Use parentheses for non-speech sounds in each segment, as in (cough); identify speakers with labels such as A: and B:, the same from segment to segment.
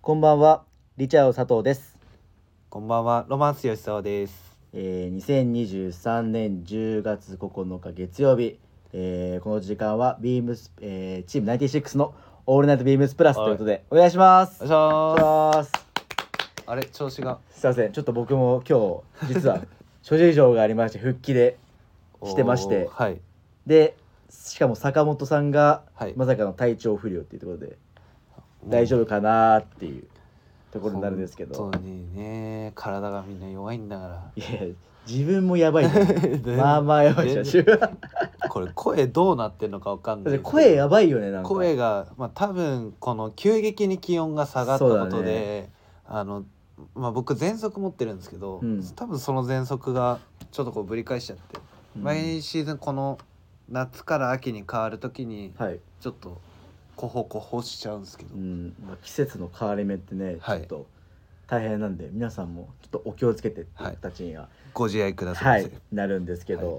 A: こんばんは、リチャード佐藤です。
B: こんばんは、ロマンス吉沢です。
A: えー、2023年10月9日月曜日、えー、この時間はビームス、えー、チーム96のオールナイトビームスプラスということでお願いします。
B: お願いし
A: お願いします。
B: あれ、調子が。
A: すいません、ちょっと僕も今日実は (laughs) 諸事情がありまして復帰で、してまして
B: おーはい。
A: で、しかも坂本さんが
B: はい
A: まさかの体調不良っていうところで大丈
B: 夫
A: 夫かなーっていうところになるんですけど。
B: 本当にね、体がみんな弱いんだか
A: いや自分もやばいんだよね
B: 全
A: (laughs) まあまあやばいじゃん
B: 全ら。これ、声どうなってんのかわかんない。
A: 声やばいよねなんか
B: 声が、まあ、多分、この急激に気温が下がったこ
A: そうだ
B: とで。
A: ね
B: あの、まあ、僕喘息持ってるんですけど、
A: うん
B: 多分その喘息が。ちょっとこうぶり返しちゃって、
A: うん
B: 毎シーズンこの。夏から秋に変わるときに、
A: はい、
B: ちょっと。こほこほしちゃうんですけど
A: う。んまあ、季節の変わり目ってねちょ
B: はい
A: っと大変なんで、皆さんもちょっとお気をつけてって
B: はい
A: たちには、
B: ご自愛くだ
A: は
B: さ
A: い
B: い。
A: なるんですけど、
B: は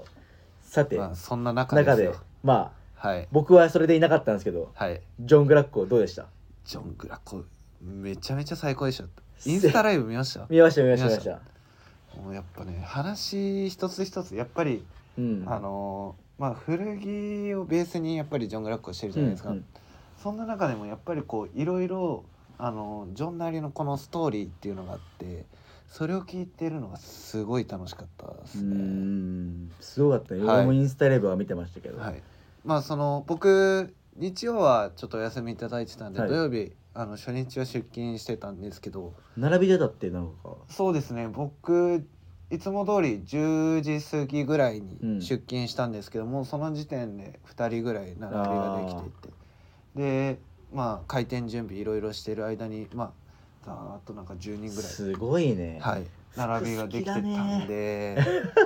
A: さて、
B: まあ、そんな中
A: 中
B: です
A: で
B: よ。
A: まあ
B: はい。
A: 僕はそれでいなかったんですけど
B: はい。
A: ジョン・グラッコどうでした
B: ジョン・グラコ、めちゃめちゃ最高でした。インスタライブ見ま
A: (laughs)
B: した
A: 見ました見ました見ま
B: 見ま
A: し
B: したもうやっぱね、話一つ一つ、やっぱり、
A: うん
B: あのーまあ、古着をベースにやっぱりジョン・グラッコしてるじゃないですか。
A: うんうん
B: そんな中でもやっぱりこういろいろあのジョンなりのこのストーリーっていうのがあってそれを聞いてるのがすごい楽しかったです
A: う
B: ね。
A: んすごかったね、
B: はい
A: 俺もインスタライブは見てましたけど、
B: はい、まあその僕日曜はちょっとお休みいただいてたんで、
A: はい
B: 土曜日あの初日は出勤してたんですけど
A: 並び出たってなんか
B: そうですね僕いつも通り10時過ぎぐらい
A: うん
B: に出勤したんですけども、その時点で2人ぐらい並びができていてでまあ開店準備いろいろしてる間にまあざーっとなんか10人ぐらい。
A: すごいね、
B: はい、並びができてたん
A: (laughs)
B: で、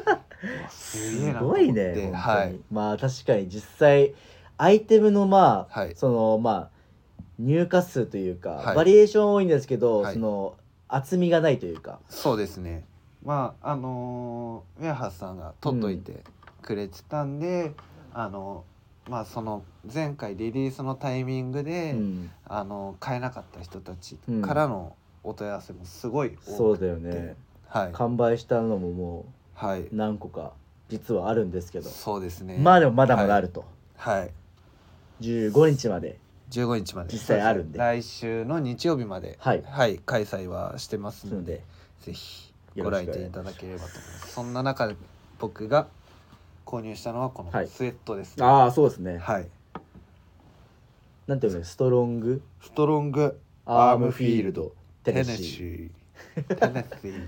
B: うわすげえ
A: す
B: なと思
A: ご
B: っ
A: い
B: て
A: ね、本
B: は
A: 当
B: い
A: に、まあ確かに実際アイテムのまあ、
B: はい
A: そのまあ入荷数というか、
B: はい
A: バリエーション多いんですけど、
B: はい
A: その厚みがないというか、
B: そうですねまああのーウェアハースさんが取っといてくれてたんで、あのまあその前回リリースのタイミングで、
A: うん
B: あの買えなかった人たち
A: うん
B: からのお問い合わせもすごい
A: そ
B: 多
A: う
B: く
A: だよ
B: て、
A: ね
B: はい
A: 完売したのもも
B: は
A: う
B: い
A: 何個か実はあるんですけど、
B: そうですね
A: まあでもまだまだあると、
B: はい、はい、
A: 15日まで
B: 15日まで
A: 実際あるんで
B: そうすね来週の日曜日まで
A: はい
B: 開催はしてます
A: なの
B: ので
A: で
B: ぜひ
A: よ
B: ご
A: ろし
B: 来
A: くお願い
B: 店いただければと思いますそんな中で僕が購入したのはこの
A: はい
B: スウェットです、ね
A: ああそうですね、
B: はい、
A: なんていうのストロング
B: ストロング
A: アームフィールドテ
B: テ
A: ネ
B: ネ
A: シー
B: シーテネシー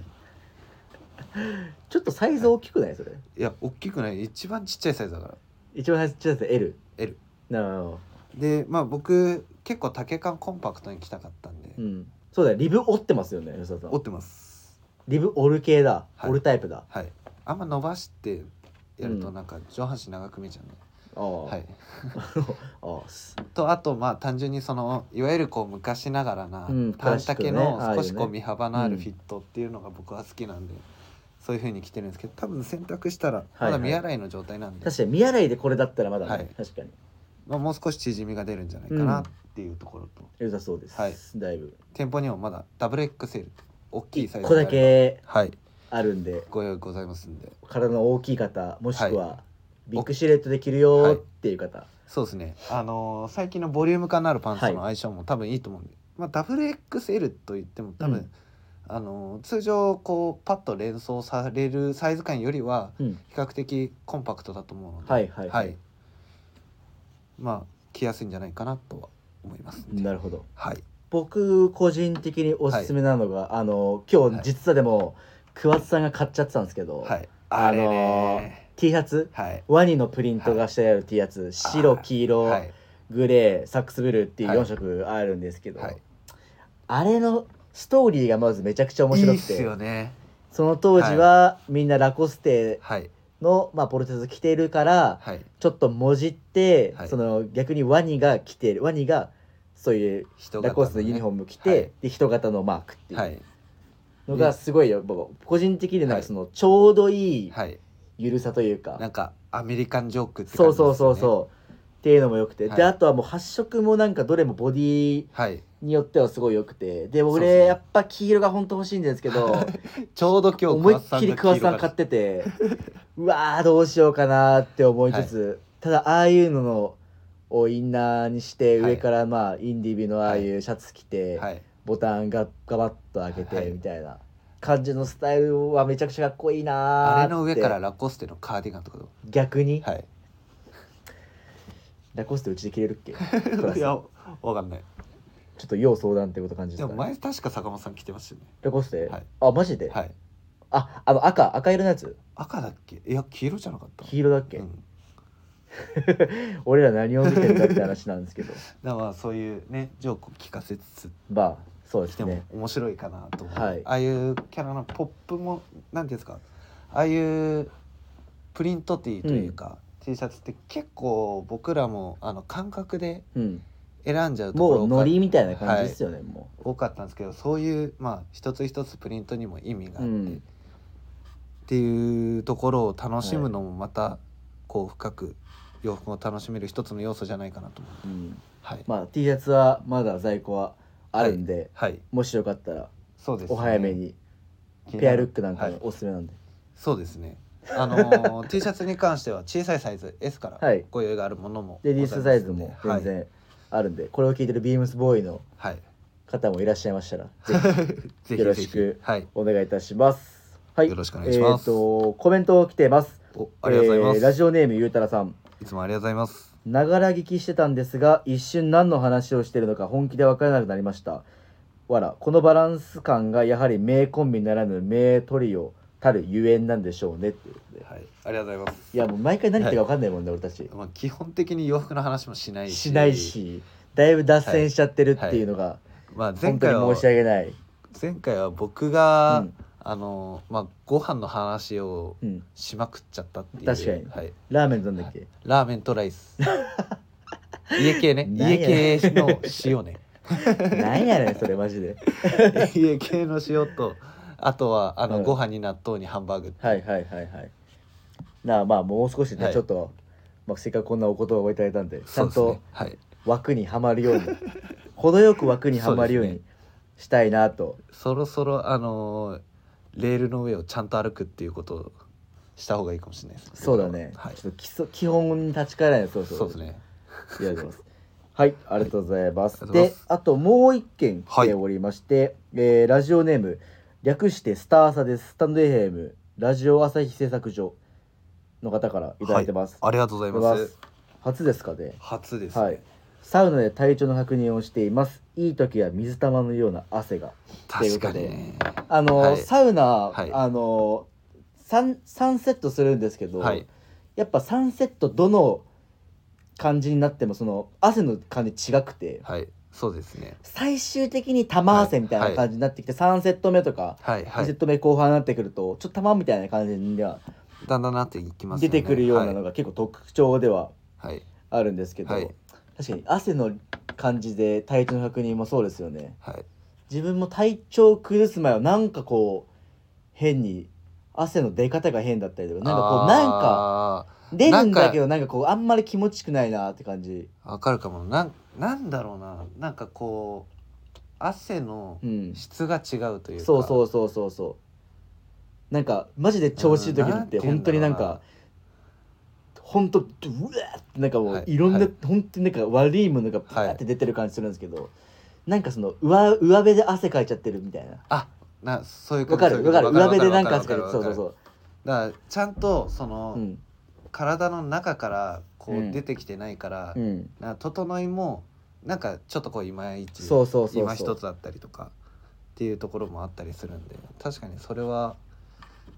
A: ちょっとサイズ大きくないそれ
B: (laughs) いや大きくない一番ちっちゃいサイズだから
A: 一番最初 L
B: L
A: なるほど
B: でまあ僕結構丈感コンパクトに着たかったんで、
A: うん、そうだよリブ折ってますよね吉田さん
B: 折ってます
A: リブ折る系だ、
B: はい
A: 折るタイプだ
B: はいあんま伸ばしてやる
A: う
B: と
A: ん
B: なんか上半身長く見えちゃうんで、
A: ああ、
B: はい
A: ああす
B: とあとまあ単純にそのいわゆるこう昔ながらな
A: うん
B: 短丈の
A: クラシックね
B: 少しこ
A: ああいうね
B: う身幅のあるフィットっていうのが僕は好きなんで、そういう風に着てるんですけど多分洗濯したらまだ見洗いの状態なんで、
A: 確かに見洗いでこれだったらまだね、
B: はい
A: 確かに
B: まあ、もう少し縮みが出るんじゃないかなっていうところと、
A: 良さそうです、
B: はい
A: だいぶ
B: 店舗にもまだ WXL 大きいサイ
A: 1
B: ズ
A: 個
B: があ
A: だ
B: れば
A: け
B: はい
A: あるんで
B: ご用意ございますんで
A: 体の大きい方もしくは、
B: は
A: ビッグシルエットで着るよーっていう方、
B: そうですねあのー最近のボリューム感のあるパンツとの
A: は
B: 相性も多分いいと思うんで、まあ、WXL といっても多分、
A: うん
B: あのー通常こうパッと連想されるサイズ感よりは
A: うん
B: 比較的コンパクトだと思うので、
A: はいはいはい
B: まあ着やすいんじゃないかなとは思いますんで
A: なるほど
B: はい
A: 僕個人的におすすめなのが、あの今
B: は
A: 日
B: い
A: 実はでも、桑田さんが買っちゃってたんですけど、
B: はい
A: あ
B: あ
A: の
B: れ
A: ー
B: ね
A: T シャツ
B: はい
A: ワニのプリントがしてある T シャツ、白黄色、
B: はい
A: グレーサックスブルーっていう
B: はい
A: 4色あるんですけど、
B: はい
A: あれのストーリーがまずめちゃくちゃ面
B: い
A: 白
B: いっ
A: くて
B: すよね
A: その当時はみんなラコステ
B: はい
A: の、まあ、ポロシャツ着てるから
B: はい
A: ちょっともじって、
B: はい
A: その逆にワニが着てるワニがそういう
B: 人
A: ラコステのユニフォー
B: ム
A: ム着て、
B: はい
A: で人型のマークってい
B: は
A: う
B: い
A: のがすごいよ、僕個人的になんかそのちょうどいい
B: はい
A: ゆるさというか、
B: なんかアメリカンジョークって
A: そう
B: 感じですよ
A: そ
B: ね
A: うそうそうっっていうのも良くて、
B: はい
A: であとはもう発色もなんかどれもボディ
B: はい
A: によってはすごい良くてで
B: そうです
A: 俺
B: ね
A: やっぱ黄色が本当欲しいんですけ
B: (laughs)
A: ど
B: ちょうど今日
A: 思いっきり桑田
B: 桑田
A: さん
B: が黄色
A: 買っててうわーどうしようかなって思いつつ、ただああいうののをインナーにして
B: はい
A: 上からまあインディビのああいうシャツ着て、
B: はい
A: ボタンがガバッと開け
B: はい
A: てみたいな感じのスタイルはめちゃくちゃかっこいいなーって
B: あれの上からラコステのカーディガンとかどう
A: 逆に、
B: はい
A: ラコステうちで着れるっ
B: (laughs)
A: けラス
B: いやわかんない
A: ちょっと要相談ってこと感じで
B: ですも
A: か、ね、
B: 前確か坂本さん着てましたよね
A: ラコステ、
B: はい
A: あマジで、
B: はい
A: ああの赤赤色のやつ
B: 赤だっけいや黄色じゃなかった
A: 黄色だっけ、
B: うん、
A: 俺ら何を見てるかって話なんです
B: (laughs)
A: けど
B: だからそういうねジョークを聞かせつつ
A: まあそうで
B: 来
A: す
B: ても
A: ね
B: 面白いかなと思う、
A: はい
B: ああいうキャラのポップもなんていうんですかああいうプリントティーというか、T シャツって結構僕らもあの感覚で
A: うん
B: 選んじゃうとこ
A: も
B: ろ
A: う
B: が
A: ノリみたいな感じですよね、も
B: 多かったんですけどそういうまあ一つ一つプリントにも意味があって、
A: うん
B: っていうところを楽しむのもまたこう深く洋服を楽しめる一つの要素じゃないかなと思う。
A: う、うん、
B: はい、
A: まあ T シャツはまだ在庫はあるんで、
B: はい、
A: もしよかったら
B: そうです、
A: お早めに、
B: 気に
A: ペ
B: な
A: ア
B: る
A: ルックなんか
B: は
A: も
B: い
A: おすすめなんで、
B: そうですね。あの
A: (laughs)
B: ー T シャツに関しては小さいサイズ S から
A: はい
B: ご用意があるものも
A: レディースサイズも
B: ござ
A: 全
B: いますので
A: 然あるんで、これを聞いてるビームスボーイの
B: はい、はい、
A: 方もいらっしゃいま
B: (laughs)
A: したらぜひ
B: ぜひぜひ
A: よろしく
B: はい
A: お願いいたします。はい、
B: よろしくお願いします
A: えーとコメント来てます。
B: おありがとうございます、
A: えーラジオネームゆうたらさん。
B: いつもありがとうございます
A: ながら聞きしてたんですが一瞬何の話をしてるのか本気で分からなくなりましたわらこのバランス感がやはり名コンビならぬ名トリオたるゆえんなんでしょうねっていうことで
B: はいありがとうございます
A: いやもう毎回何言ってるか分かんないもんね、俺たち
B: まあ、基本的に洋服の話もしないし
A: しないしだいぶ脱線しちゃってるっていうのが、
B: まあ、前
A: 本当
B: 回は
A: に申し訳ない、
B: 前回は僕
A: う
B: が、
A: ん
B: あのまあご飯の話を
A: うん、
B: しまくっちゃったっていう
A: 確かに
B: はい、
A: ラーメンなんだっけ
B: ラーメンとラ
A: (laughs)
B: イス家系ね
A: なんや
B: 家系の塩ね
A: なんやねんそれマジで
B: 家系の塩とあとはあの、
A: うん
B: ご飯に納豆にハンバーグ
A: はいはいはいはいなあまあもう少しね、
B: はい
A: ちょっと、まあ、せっかくこんなお言葉をいただいたんでちゃん
B: そ
A: と、
B: うですねはい
A: 枠にはまるように程よく枠にはまるよう
B: そう
A: にしたいなと、
B: そろそろあのーレールの上をちゃんと歩くっていうことをした方がいいかもしれないです
A: そうだね、
B: はい
A: ちょっと基礎基本に立ち返らないそうそう
B: そうですね
A: ありがとうございますはいありがとうございます、
B: はいありがとうございま
A: ですあともう一件来ておりまして、えーラジオネーム略してスターサですスタンドエヘムラジオ朝日製作所の方からいただいてます、
B: ありがとうござい
A: あ
B: ま
A: りがとうござい
B: す
A: 初ですかね
B: 初ですね、
A: はいサウナで体調の確認をしていますいい時は水玉のような汗が
B: 確かにね
A: あの、
B: はい
A: サウナ、
B: はい
A: あの 3, 三セットするんですけど、
B: はい
A: やっぱ3セットどの感じになってもその汗の感じ違くて
B: はいそうですね
A: 最終的に玉汗みたいな感じになってきて、3セット目とか
B: はいは
A: 2セッ
B: い
A: ト目後半になってくるとちょっと玉みたいな感じには
B: だんだんなっていきます
A: 出
B: よね
A: てくるようなのが結構特徴では
B: はい、はい
A: あるんですけど、
B: はい
A: 確かに汗の感じで体調の確認もそうですよね。
B: はい
A: 自分も体調を崩す前はなんかこう変に汗の出方が変だったりとかなんかこうなんか
B: あ
A: 出るんだけどなんかこうあんまり気持ちくないなって感じ
B: ーわかるかもなんなんだろうななんかこう汗の
A: うん
B: 質が違うというか、
A: そうそううそうそうそうなんかマジで調子いい時なんて本当になんか本当うわーってなんかも
B: は
A: う
B: い
A: いろんな、
B: はい
A: 本当になんか悪いものがパーって出てる感じするんですけど、なんかその上上辺で汗かいちゃってるみたいな
B: あなそういう
A: わ
B: 感じ
A: かるわかる上辺でなんか
B: わ
A: 汗かい
B: る
A: て
B: わ
A: そう
B: る
A: そう
B: わかる
A: そ
B: だからちゃんとその、
A: ううん
B: 体の中からこ
A: う
B: うん出てきてないから、
A: うん
B: なんか整いもなんかちょっとこういまいち
A: そうそうそうそう
B: 今一つだったりとかっていうところもあったりするんで確かにそれは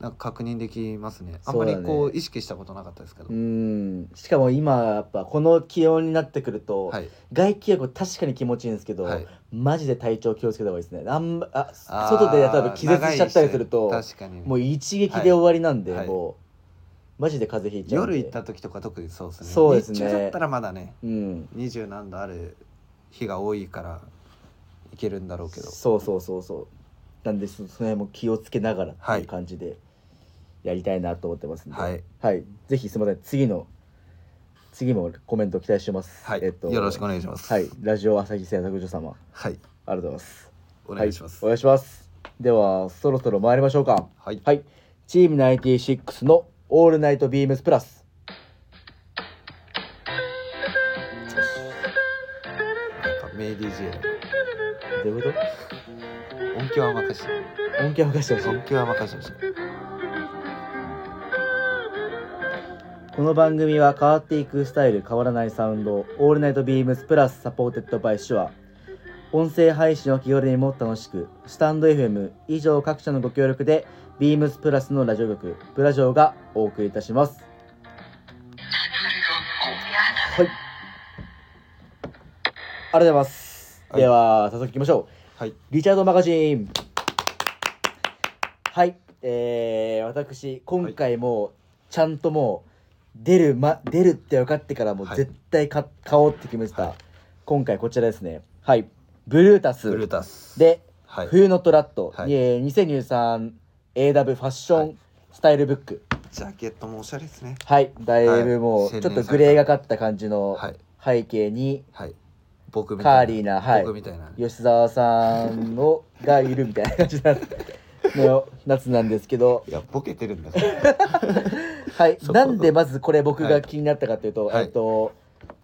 B: なんか確認できますねあんまり
A: そうだね
B: こう意識したことなかったですけど、
A: うんしかも今やっぱこの気温になってくると、
B: はい
A: 外気浴確かに気持ちいいんですけど、
B: はい
A: マジで体調気をつけた方がいいですねあん、ま、あ
B: あー
A: 外で例えば気絶しちゃったりすると
B: 長いし確かに
A: もう一撃で終わりなんで、
B: はい
A: もうマジで風邪ひいちゃうんで
B: 夜行った時とか特にそうですね
A: そうですね
B: 日中だったらまだね
A: うん
B: 二十何度ある日が多いからいけるんだろうけど
A: そうそうそうそうなんでそその辺も気をつけながらっていう感じでやりたいなと思ってますんで
B: はい
A: はい、ぜひすみません次の次もコメント期待してます。
B: はい、
A: えっと、
B: よろしくお願いします。
A: はい、ラジオ朝日製作所様、
B: は
A: あ
B: い、
A: りがとうございます。
B: お願いします。
A: はい、お願いします。では、そろそろ参りましょうか。
B: はい、
A: はい、チーム96のオールナイトビームスプラス。
B: なんか名 DJ
A: どういうこ
B: 音響は任せて
A: と音響を任せてほしい
B: 音響は任せてほしい
A: この番組は変わっていくスタイル変わらないサウンド「オールナイトビームスプラスサポーテッドバイシュア」音声配信を気軽にもっと楽しくスタンド FM 以上各社のご協力でビームスプラスのラジオ局「プラジオ」がお送りいたしますはいありがとうございます、
B: はい
A: では早速いきましょう
B: はい
A: リチャードマガジンはいえー、私今回もちゃんともう出る,、ま、出るって分かってからもう
B: はい
A: 絶対か、買おうって決めてた、
B: はい
A: 今回こちらですねはいブルータ
B: ブルー
A: ス
B: タス
A: で
B: はい
A: 冬のトラット、
B: はい
A: えー 2023AW ファッショ
B: は
A: ンスタイルブック
B: ジャケットもおしゃれですね
A: はい、だいぶも
B: は
A: う
B: い
A: ちょっとグレーがかった感じの
B: はい
A: 背景に
B: はい僕みた
A: カー
B: いな
A: リーな、はい、
B: 僕みたいな
A: 吉沢さんのがいるみたいな感じなの夏なんですけど、
B: いやボケてるんだから
A: はい、
B: そこ
A: なんでまずこれ僕
B: は
A: が
B: い
A: 気になったかというと、
B: はい
A: えっと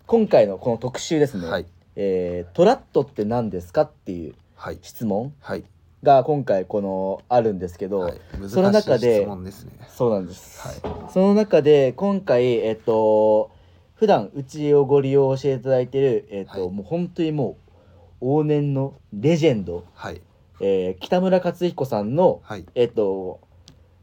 A: 今回のこの特集ですね、
B: はい
A: えートラットって何ですかっていう
B: はい
A: 質問
B: はい
A: が今回このあるんですけど、
B: はい難しい
A: その中で
B: 質問ですね
A: そうなんです、
B: は
A: その中で今回えっと普段うちをご利用していただいてるえっと、
B: はい
A: もう本当にもう往年のレジェンド、
B: はい
A: えー北村克彦さんの
B: はい
A: えっと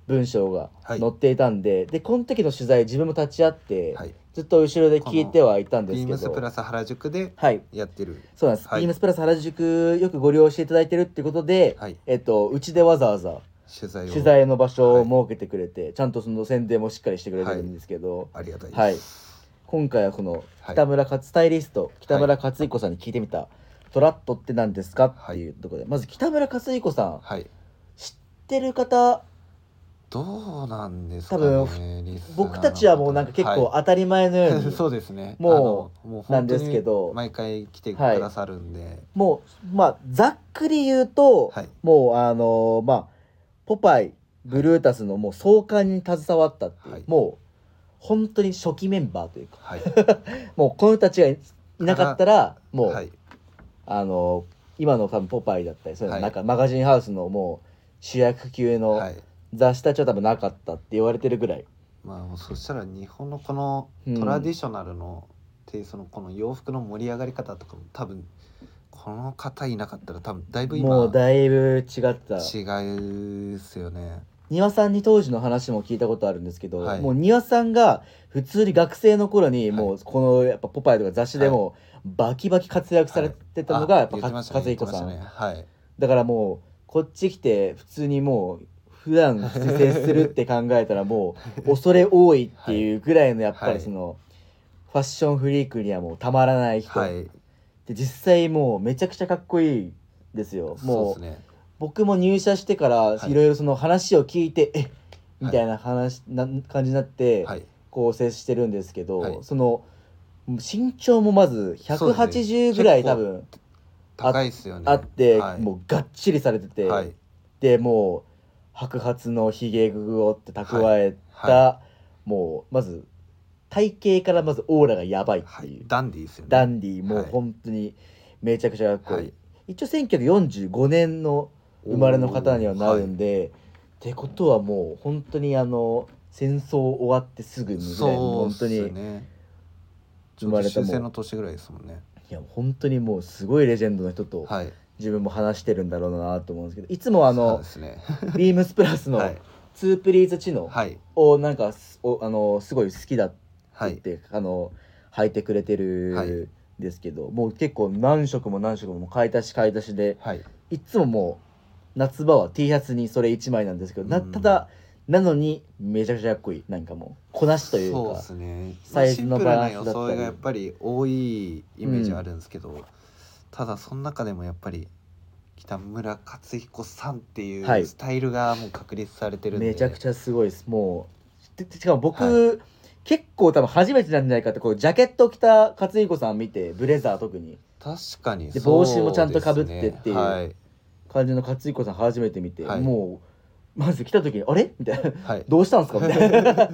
A: 文章が
B: はい
A: 載っていたんで、でこの時の取材自分も立ち会って、
B: はい
A: ずっと後ろで聞いてはいたんで
B: ビ
A: す
B: ー
A: け
B: ムスプ
A: ど
B: ラス原宿で
A: はい
B: やってる
A: そうなんです、
B: はい
A: ビームスプラス原宿よくご利用していただいてるってことで、
B: はい
A: えっとうちでわざわざ
B: 取材を
A: 取材の場所を設けてくれて、ちゃんとその宣伝もしっかりしてくれてるんですけど、
B: ありがたいです
A: はい、今回はこの
B: はい
A: 北村勝スタイリスト北村勝彦さんに聞いてみた、トラットって何ですかっていうところでまず北村勝彦さん
B: はい
A: 知ってる方
B: どうなんですか
A: 多
B: ねリスナーの方
A: 僕たちはもうなんか結構
B: は
A: 当たり前の
B: い
A: ように、
B: (laughs) そうですね
A: も
B: うもう本当に
A: なんですけど
B: 毎回来てくださるんで
A: もうまあざっくり言うと、
B: はい
A: もうあのーまあポパイブルータスのもう創刊に携わったっていう、
B: はい
A: もう本当に初期メンバーというか
B: はい
A: もうこの人たちがいなかったらもう、
B: はい
A: あの今の多分「ポパイ」だったりそういうの
B: はい
A: なんかマガジンハウスのもう主役級の
B: はい
A: 雑誌たちは多分なかったって言われてるぐらい、
B: まあもうそしたら日本のこの
A: うん
B: トラディショナルの、ってそのこの洋服の盛り上がり方とかも多分この方いなかったら多分だいぶ
A: も
B: 今
A: うだいぶ違った
B: 違うっすよね
A: 丹羽さんに当時の話も聞いたことあるんですけど、
B: はい
A: もう丹羽さんが普通に学生の頃に
B: はい
A: もうこのやっぱ「ポパイ」とか雑誌でもバキバキ活躍されてたのが
B: あ
A: やっぱ
B: 言って
A: 勝
B: ましたね
A: 勝彦さん、
B: 言ってましたね
A: だからもうこっち来て普通にもう普段接するって考えたらもう恐れ多いっていうぐらいのやっぱ
B: は
A: り
B: い
A: そのファッションフリークにはもうたまらない人、
B: はいはい
A: で実際もうめちゃくちゃかっこいいですよ
B: そう
A: も
B: で
A: う
B: すね
A: 僕も入社してから
B: はい
A: いろいろその話を聞いて、えみたいな話、な感じになって
B: はい
A: こう接してるんですけど、
B: はい
A: その身長もまず180ぐらい
B: そ
A: 多
B: うですね
A: 分
B: 高いっすよね
A: あって、
B: はい、
A: もうがっちりされてて。
B: はい
A: でもう白髪のひげぐおって蓄えた、
B: は
A: もうまず体型からまずオーラがやばいって、
B: はいいうダンディーっすよね
A: ダンディーもう
B: はい
A: 本当にめちゃくちゃかっこいい、
B: はい
A: 一応1945年の生まれの方にはなるんで、ってことはもう本当にあの戦争終わってすぐ
B: おー
A: に
B: はい
A: ぐらいの
B: そうっ
A: 本当
B: す
A: に、
B: ね
A: 生まれたもん
B: 終戦の年ぐらいですもんね
A: いや本当にもうすごいレジェンドの人と
B: はい
A: 自分も話してるんだろうなと思うんですけどいつもあ
B: そう
A: の
B: ですね
A: ビームスプラス
B: (laughs) は
A: の
B: い
A: 「ツープリーズ知能」
B: はい
A: をなんかすおあのすごい好きだって
B: は
A: 言っ
B: い
A: て、あの履いてくれて
B: は
A: る
B: い
A: んですけど、もう結構何色も何色も買い足し買い足しで
B: はい
A: いっつももう夏場は T シャツにそれ1枚なんですけどな
B: うん
A: ただなのにめちゃくちゃかっこいいなんかもうこなしという
B: そうで
A: か
B: すね
A: サイズのバランスだったり
B: シンプルな装いがやっぱり多いイメージはあるんですけど、ただその中でもやっぱり北村克彦さんってい
A: はいう
B: スタイルがもう確立されてるんで、
A: めちゃくちゃすごいですもうででしかも僕、
B: は
A: 結構多分初めてなんじゃないかってこうジャケット着た勝彦さん見てブレザー特に
B: 確かに
A: で
B: そうですね
A: 帽子もちゃんと被ってっていう
B: はい
A: 感じの勝彦さん初めて見て、
B: はい
A: もうまず来た時に「あれ?」みたいな (laughs)
B: はい
A: 「どうしたんですか?」みたいな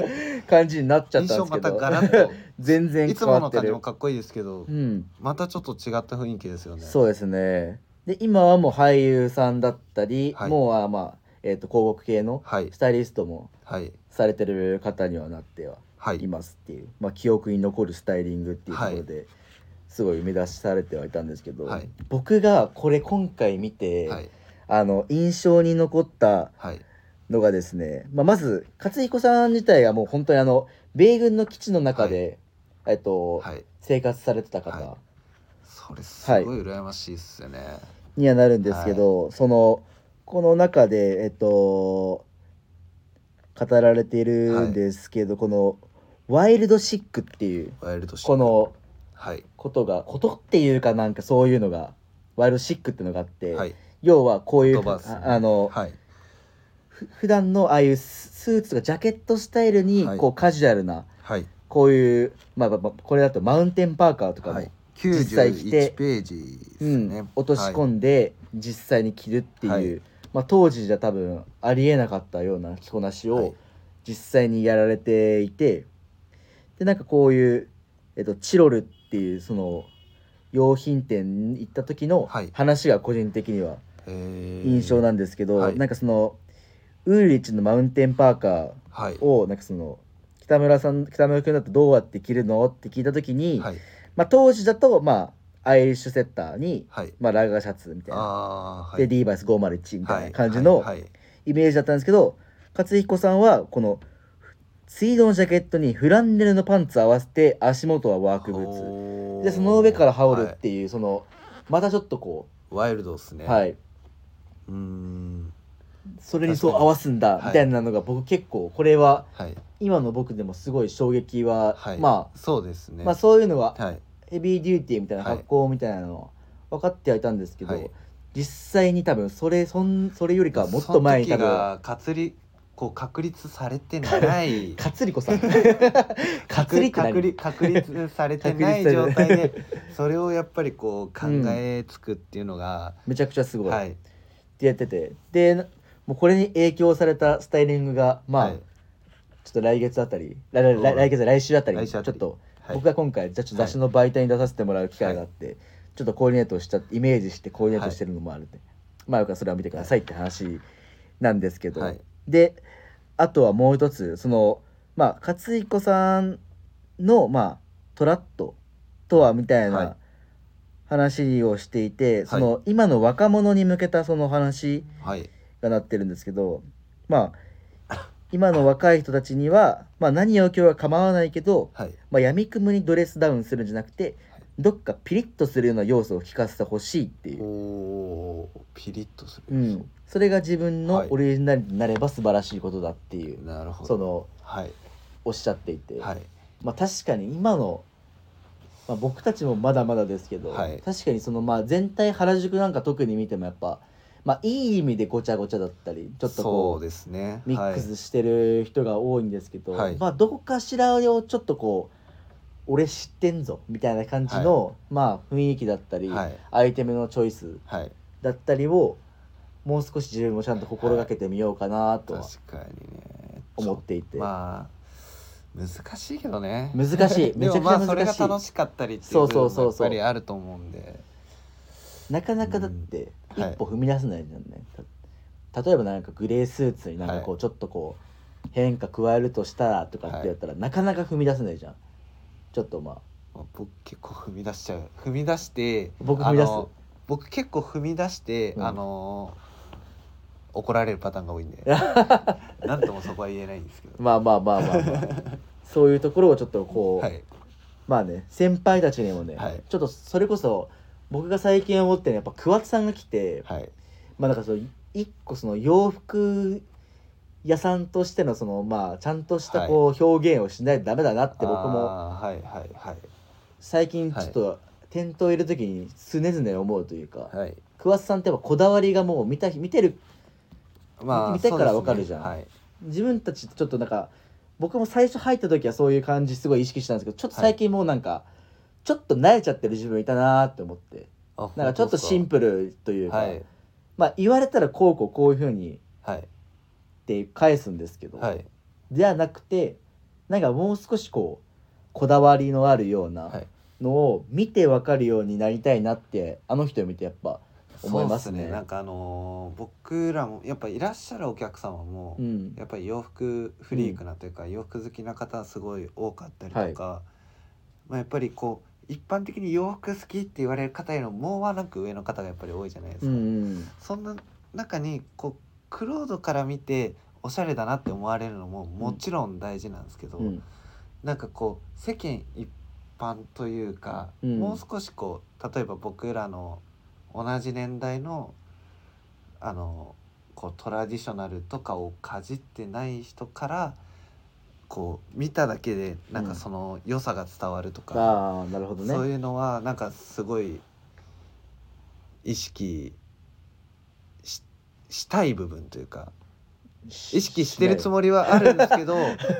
A: 感じになっちゃったん
B: 印
A: で
B: 象
A: すけ
B: また
A: ど
B: ガ
A: (laughs)
B: ラッと
A: 全然
B: いつ
A: 変
B: も
A: わ
B: の
A: って
B: 感じ
A: る
B: も。かっこいいですけ
A: う
B: ど
A: ん
B: またちょっと違った雰囲気ですよね
A: そうですねで今はもう俳優さんだったり、
B: はい
A: もうはまあ、えー、と広告系の
B: はい
A: スタイリストも
B: はい
A: されてる方にはなっては
B: はい
A: いますっていう、まあ、記憶に残るスタイリングっていうところで、すごい目出しされてはいたんですけど、
B: はい
A: 僕がこれ今回見て、
B: はい
A: あの印象に残った
B: はい
A: のがですね、まあ、まず勝彦さん自体がもう本当にあの米軍の基地の中で、えっと
B: はい
A: 生活されてた方。
B: はいそれす
A: はい
B: ごい羨ましいっすよね
A: にはなるんですけど、そのこの中でえっと語られているんですけど、このワイルドシックっていう
B: ワイルドシック
A: この
B: はい
A: ことがことっていうかなんかそういうのがワイルドシックっていうのがあって、
B: はい
A: 要はこういう
B: 言葉っすね
A: ああの、
B: はい
A: ふ普段のああいうススーツとかジャケットスタイルに
B: はい
A: こうカジュアルな
B: はい
A: こういう、まあ、まあまあこれだとマウンテンパーカーとかも、
B: はい
A: 実際来て
B: 91ページです
A: うん
B: ね
A: 落とし込
B: ん
A: んで実際に着るっていう、
B: はい
A: まあ、当時じゃ多分ありえなかったような着こなし
B: はい
A: を実際にやられていて、でなんかこういう、えっと、チロルっていうその用品店に行った時の
B: はい
A: 話が個人的には印
B: 印
A: 象なんですけど、
B: はい
A: なんかそのウーリッチのマウンテンパーカ
B: はい
A: ーをなんかその北村さん北村君だとどうやって着るのって聞いた時に、
B: はい
A: まあ、当時だとまあアイリッシュセッターに
B: はい
A: まあ、ラガーシャツみたいな、
B: ああー
A: でリーバイス501みたい
B: は
A: ない感じの
B: はいはい
A: イメージだったんですけど、勝彦さんはこのツイードのジャケットにフランネルのパンツ合わせて足元はワークブーツでその上から羽織るっていう、そのまたちょっとこ
B: はいワイルドです
A: う、
B: ね
A: はい、
B: うーん
A: それにそう合わすんだ
B: 確かに
A: みたいなのが僕結構これは
B: はい
A: 今の僕でもすごい衝撃は、
B: はい
A: ま
B: そうですね
A: あ、まあそういうのが
B: はい
A: ヘビーデューティーみたいな
B: はい
A: 格好みたいなの分かってはいたんですけど、
B: はい
A: 実際に多分それそんそれよりかはもっと前に
B: その
A: 多
B: 時
A: 分。
B: がかつりこう確立されてない
A: (laughs) かつりこさ
B: (laughs)
A: ん。かつりって
B: 確
A: 何
B: 立確立されてない
A: 確
B: 状
A: 立され
B: 態
A: て (laughs)
B: でそれをやっぱりこう考えつくっていうのが、
A: めちゃくちゃすごい。
B: は
A: っ
B: い
A: てやってて。で、なもうこれに影響されたスタイリングが、まあ、
B: はい
A: ちょっと来月あたり、来来来来月、来週あたりに、
B: 来
A: ち
B: 週
A: ょ
B: あ
A: った
B: り
A: と、
B: はい
A: 僕が今回、じゃあちょっと雑誌の媒体に出させてもらう機会があって、ちょっとコーディネートした、イメージしてコーディネートしてるのもあるんで、まあ、よかったらそれを見てくださいって話なんですけど、
B: はい
A: で、あとはもう一つ、その、まあ、勝彦さんの、まあ、トラットとはみたい
B: はい
A: な話をしていて、その今の若者に向けたその話
B: はい
A: がなってるんですけどまあ今の若い人たちには、まあ、何を今日は構わないけど、
B: はい
A: まあ、闇雲にドレスダウンするんじゃなくて
B: はい
A: どっかピリッとするような要素を聞かせてほしいってい
B: お
A: う、
B: おーピリッとする、
A: うん、それが自分の
B: はい
A: オリジナルになれば素晴らしいことだっていう、
B: なるほど
A: その
B: はい
A: おっしゃっていて、
B: はい
A: まあ、確かに今の、まあ、僕たちもまだまだですけど、
B: はい
A: 確かにそのまあ全体原宿なんか特に見てもやっぱ、まあ、いい意味でごちゃごちゃだったりちょっと
B: そう
A: こう
B: ですね
A: ミックスしてる人が多いんですけど、
B: はい
A: まあ、どこかしらをちょっとこう俺知ってんぞみたいな感じの、まあ、雰囲気だったり、
B: はい
A: アイテムのチョイス
B: はい、はい、
A: だったりをもう少し自分もちゃんと心がけてみようかなとは
B: 確かにね
A: 思っていて、
B: まあ難しいけどね
A: 難しいめ
B: (laughs) で
A: ちゃくち
B: も
A: ゃ
B: ま
A: 難しい
B: あそれが楽しかったりってい
A: そううそう
B: のも
A: そ
B: や
A: う
B: っ
A: そう
B: ぱりあると思うんで
A: なかなかだって
B: うんはい
A: 一歩踏み出せないじゃんね、た例えばなんかグレースーツになんかこうちょっとこう変化加えるとしたらとかってやったらなかなか踏み出せないじゃんちょっとまあ
B: まあ僕結構踏み出しちゃう踏み出して
A: 僕踏み出す
B: あの僕結構踏み出して、
A: うん
B: あの怒られるパターンが多い
A: (laughs)
B: んでなんともそこは言えないんですけど
A: まあまあまあまあ、まあ、 (laughs) そういうところをちょっとこう、
B: はい
A: まあね先輩たちにもね、
B: はい
A: ちょっとそれこそ僕が最近思ってるのはやっぱ桑田さんが来て、
B: はい
A: まあなんかその一個その洋服屋さんとしてのそのまあちゃんとしたこう表現をしないとダメだなって僕も
B: あーはいはいはい
A: 最近ちょっと店頭いる時に常々思うというか、
B: はい
A: 桑田さんってやっぱこだわりがもう見た見てる
B: まあ
A: 見てからわかる
B: そうですね
A: じゃん自分たちとちょっとなんか僕も最初入った時はそういう感じすごい意識したんですけどちょっと最近もうなんか、ちょっと慣れちゃってる自分いたなーって思って
B: あ
A: なんかちょっとシンプ
B: プ
A: ルというか、
B: はい
A: まあ言われたらこうこうこういうふうに
B: はい
A: って返すんですけど、
B: はい
A: じゃなくてなんかもう少しこうこだわりのあるような
B: はい
A: のを見てわかるようになりたいなってあの人を見てやっぱ思いますね
B: そうっなんかあのー僕らもやっぱいらっしゃるお客様も、
A: うん
B: やっぱり洋服フリークなというか、洋服好きな方すごい多かったりとか、まあやっぱりこう一般的に洋服好きって言われる方よりももうはなく上の方がやっぱり多いじゃないで
A: う
B: すか。
A: ん
B: そんな中にこうクロードから見ておしゃれだなって思われるのももちろん大事なんですけど、
A: うんうん
B: なんかこう世間一般というか、
A: うん
B: もう少しこう例えば僕らの同じ年代のあのこうトラディショナルとかをかじってない人からこう見ただけでなん
A: う
B: か
A: ん
B: その良さが伝わるとか、
A: ああなるほどね
B: そういうのはなんかすごい意識ししたい部分というか
A: 意
B: 意識してるつもりはあるんですけど